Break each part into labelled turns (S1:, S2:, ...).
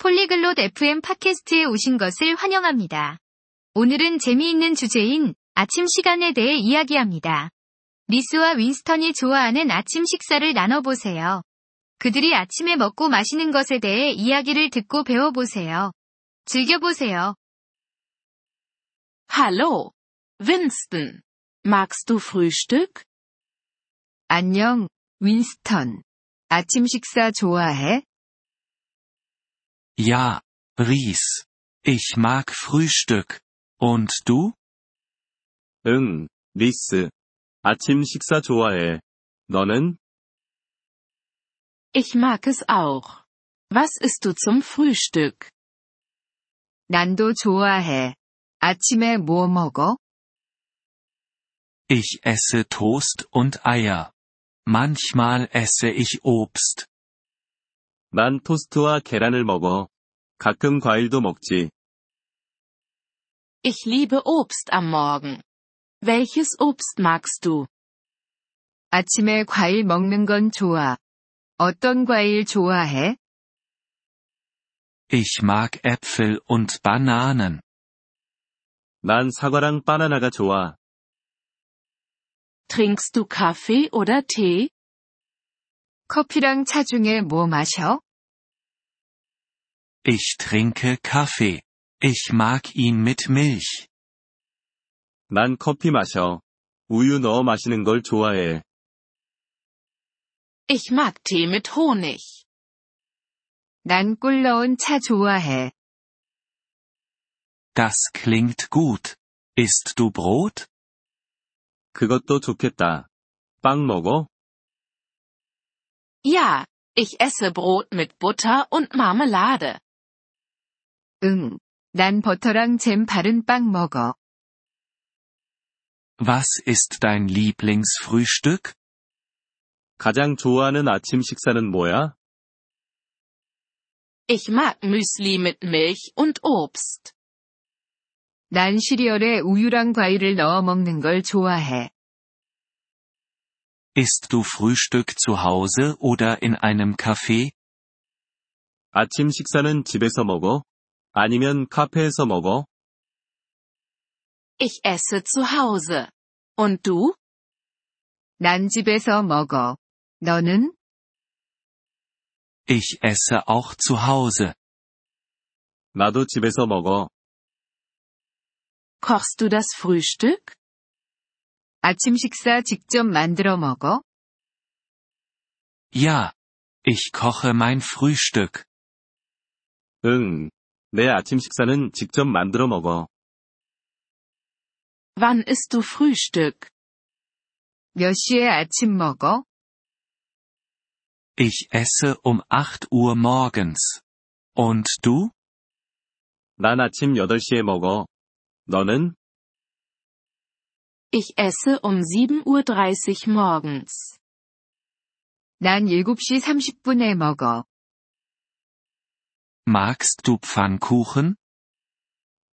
S1: 폴리글롯 FM 팟캐스트에 오신 것을 환영합니다. 오늘은 재미있는 주제인 아침 시간에 대해 이야기합니다. 리스와 윈스턴이 좋아하는 아침 식사를 나눠보세요. 그들이 아침에 먹고 마시는 것에 대해 이야기를 듣고 배워보세요. 즐겨보세요.
S2: Hallo. Winston. Magst du Frühstück?
S1: 안녕, 윈스턴. 아침 식사 좋아해?
S3: Ja, Ries. Ich mag Frühstück. Und du?
S4: 응, 리스. 아침 식사 좋아해. 너는?
S2: Ich mag es auch. Was isst du zum Frühstück?
S1: 난도 좋아해. 아침에 뭐 먹어?
S3: Ich esse Toast und Eier. Manchmal esse ich Obst.
S4: 난 토스트와 계란을 먹어. 가끔 과일도 먹지.
S2: Ich liebe Obst am Morgen. Welches Obst magst du?
S1: 아침에 과일 먹는 건 좋아. 어떤 과일 좋아해?
S3: Ich mag Äpfel und Bananen.
S4: 난 사과랑 바나나가 좋아.
S2: Trinkst du Kaffee oder Tee?
S1: 커피랑 차 중에 뭐 마셔?
S3: Ich trinke Kaffee. Ich mag ihn mit Milch.
S4: 난 커피 마셔. 우유 넣어 마시는 걸 좋아해.
S2: Ich mag Tee mit Honig.
S1: 난 꿀 넣은 차 좋아해.
S3: Das klingt gut. Isst du Brot?
S4: 그것도 좋겠다. 빵 먹어?
S2: Ja, ich esse Brot mit Butter und Marmelade.
S1: 응. 난 버터랑 잼 바른 빵 먹어.
S3: Was ist dein Lieblingsfrühstück?
S4: 가장 좋아하는 아침 식사는 뭐야?
S2: Ich mag Müsli mit Milch und Obst.
S1: 난 시리얼에 우유랑 과일을 넣어 먹는 걸 좋아해.
S3: Isst du Frühstück zu Hause oder in einem Café?
S4: 아침 식사는 집에서 먹어? 아니면 카페에서 먹어?
S2: Ich esse zu Hause. Und du?
S1: 난 집에서 먹어. 너는?
S3: Ich esse auch zu Hause.
S4: 나도 집에서 먹어.
S2: Kochst du das Frühstück?
S1: 아침 식사 직접 만들어 먹어?
S3: Ja. Ich koche mein Frühstück.
S4: 응. 내 아침 식사는 직접 만들어 먹어.
S2: Wann isst du Frühstück?
S1: 몇 시에 아침 먹어?
S3: Ich esse um 8 Uhr morgens. Und du?
S4: 난 아침 8시에 먹어. 너는?
S2: Ich esse um 7.30 Uhr morgens.
S1: 난 7시 30분에 먹어.
S3: Magst du Pfannkuchen?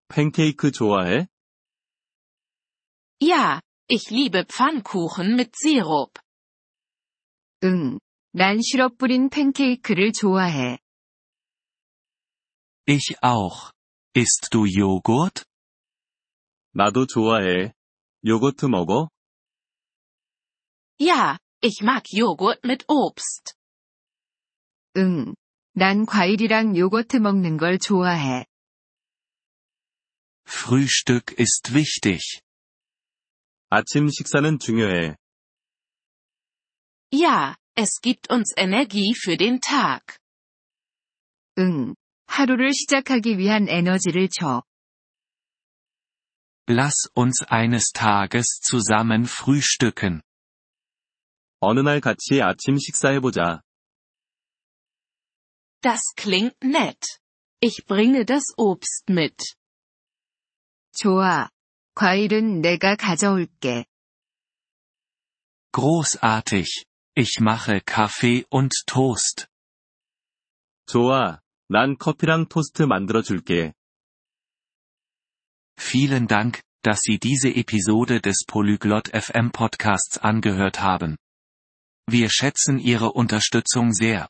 S4: 팬케이크 좋아해?
S2: Ja, ich liebe Pfannkuchen mit Sirup.
S1: 응. 난 시럽 뿌린 팬케이크를 좋아해.
S3: Ich auch. Isst du Joghurt?
S4: 나도 좋아해. 요거트 먹어?
S2: Ja, ich mag Joghurt mit Obst.
S1: 응. 난 과일이랑 요거트 먹는 걸 좋아해.
S3: Frühstück ist wichtig.
S4: 아침 식사는 중요해.
S2: Ja, es gibt uns Energie für den Tag.
S1: 응. 하루를 시작하기 위한 에너지를 줘.
S3: Lass uns eines Tages zusammen frühstücken.
S4: 어느 날 같이 아침 식사해보자.
S2: Das klingt nett. Ich bringe das Obst mit.
S1: 좋아. 과일은 내가 가져올게.
S3: Großartig. Ich mache Kaffee und Toast.
S4: 좋아. 난 커피랑 토스트 만들어 줄게.
S3: Vielen Dank, dass Sie diese Episode des Polyglot FM Podcasts angehört haben. Wir schätzen Ihre Unterstützung sehr.